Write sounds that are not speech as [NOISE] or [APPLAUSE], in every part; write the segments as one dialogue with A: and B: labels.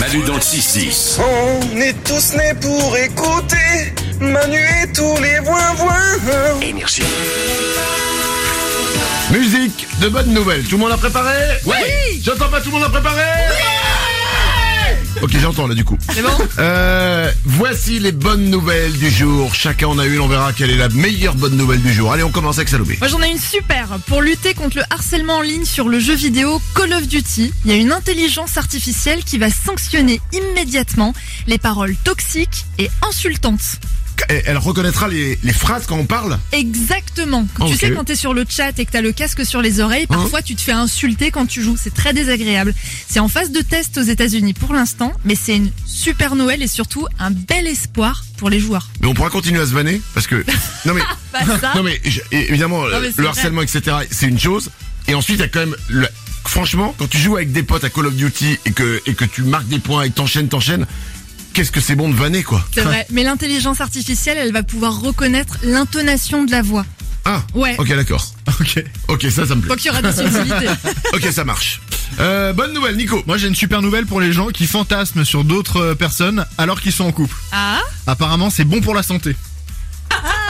A: Manu dans le 6-10.
B: On est tous nés pour écouter Manu et tous les voix voix.
A: Énergie.
C: Musique de bonnes nouvelles. Tout le monde a préparé Oui J'entends pas, tout le monde a préparé Ok, j'entends là du coup.
D: C'est bon
C: Euh, voici les bonnes nouvelles du jour. Chacun en a une, on verra quelle est la meilleure bonne nouvelle du jour. Allez, on commence avec Salomé.
D: Moi j'en ai une super. Pour lutter contre le harcèlement en ligne sur le jeu vidéo Call of Duty, il y a une intelligence artificielle qui va sanctionner immédiatement les paroles toxiques et insultantes.
C: Et Elle reconnaîtra les, les phrases quand on parle
D: Exactement. Tu
C: Ok. Hein
D: sais quand t'es sur le chat et que t'as le casque sur les oreilles, parfois tu te fais insulter quand tu joues. C'est très désagréable. C'est en phase de test aux États-Unis pour l'instant, mais c'est une super Noël et surtout un bel espoir pour les joueurs.
C: Mais on pourra continuer à se vanner parce que... Non [LAUGHS] mais...
D: Bah ça.
C: Non mais je- et évidemment
D: mais c'est
C: le
D: vrai.
C: harcèlement etc c'est une chose et ensuite il y a quand même le- franchement quand tu joues avec des potes à Call of Duty et que et que tu marques des points et que t'enchaînes t'enchaînes qu'est-ce que c'est bon de vanner quoi
D: C'est vrai, mais l'intelligence artificielle, elle va pouvoir reconnaître l'intonation de la voix.
C: ah
E: Eh.
D: Ouais.
C: ok
E: [LAUGHS]
C: d'accord ok ok ça ça me plaît
D: Donc il y aura des [LAUGHS] subtilités.
C: ok ça marche euh, bonne nouvelle Nico
E: Moi j'ai une super nouvelle pour les gens qui fantasment sur d'autres euh, personnes alors qu'ils sont en couple.
D: Ah
E: Apparemment c'est bon pour la santé.
C: [LAUGHS]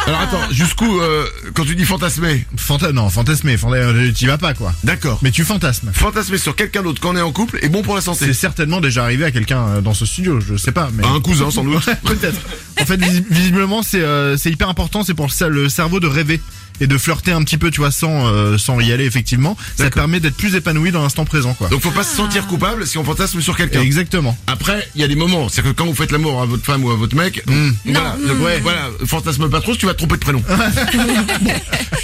C: alors attends jusqu'où euh, quand tu dis fantasmer
E: Fanta non, fantasmer, fanta- t'y vas pas quoi.
C: d'accord
E: Mais tu fantasmes.
C: fantasmer sur quelqu'un d'autre quand on est en couple est bon pour la santé
E: C'est certainement déjà arrivé à quelqu'un euh, dans ce studio, je sais pas, mais...
C: À un cousin sans
E: [LAUGHS]
C: doute
E: Peut-être. En fait, visi- visiblement, c'est euh, c'est hyper important. C'est pour le cer- le cerveau de rêver et de flirter un petit peu, tu vois, sans euh, sans y aller effectivement. Ça te permet d'être plus épanoui dans l'instant présent, quoi.
C: donc faut pas se sentir coupable si on fantasme sur quelqu'un
E: Exactement.
C: Après, il y a des moments, c'est que quand vous faites l'amour à votre femme ou à votre mec,
E: Hmm.
C: voilà, donc, ouais, voilà, fantasme pas trop, si tu vas te tromper de
E: [LAUGHS]
C: prénom. Bon.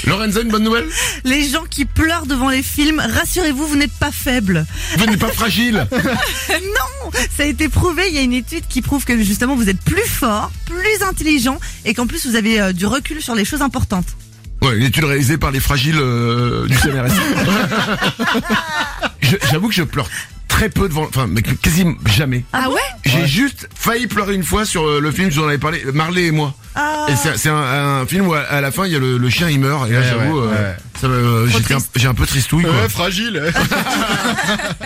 C: Lorenzo, une bonne nouvelle
F: Les gens qui pleurent devant les films, rassurez-vous, vous n'êtes pas
D: [LAUGHS]
F: faible.
C: Vous n'êtes pas fragile
F: non, ça a été prouvé. Il y a une étude qui prouve que justement vous êtes plus fort, plus intelligent et qu'en plus vous avez euh, du recul sur les choses importantes.
C: Ouais, une étude réalisée par les fragiles euh, du CNRS. Je- J'avoue que je pleure très peu devant, enfin, mais quasiment jamais.
D: Ah ouais
C: J'ai juste failli pleurer une fois sur euh, le film, je vous en avais parlé, Marley et moi.
F: Ah.
C: Et c'est c'est un, un film où à, à la fin, il y a le, le chien, il meurt, et là,
E: Ouais,
C: j'avoue,
E: ouais,
C: euh,
E: ouais.
C: ça me- j'étais un- j'ai un, peu tristouille, quoi.
E: fragile.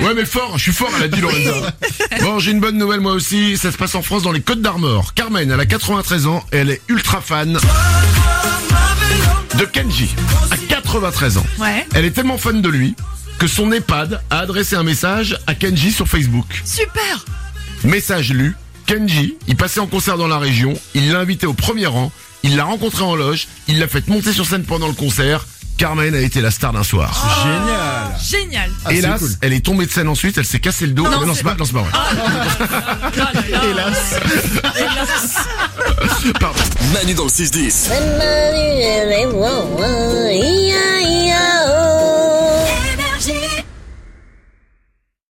C: Ouais mais fort, je suis fort, elle a dit Lorenza. Bon, j'ai une bonne nouvelle moi aussi, ça se passe en France dans les Côtes d'Armor. Carmen, elle a 93 ans et elle est ultra fan de Kenji, à 93 ans.
D: Ouais.
C: Elle est tellement fan de lui que son EHPAD a adressé un message à Kenji sur Facebook.
D: Super
C: Message lu, Kenji, il passait en concert dans la région, il l'a invité au premier rang, il l'a rencontré en loge, il l'a fait monter sur scène pendant le concert. Carmen a été la star d'un soir.
E: Génial.
D: Génial
E: Ah, c'est
C: Hélas,
E: cool.
C: elle est tombée de scène ensuite, elle s'est cassé le dos.
D: Non,
C: Ah, non,
D: c'est-
C: c'est pas, non, c'est pas vrai.
E: Hélas.
C: Pardon.
A: Manu dans le 6-10.
G: Bonne Manu, mais wow, wow, hi, hi.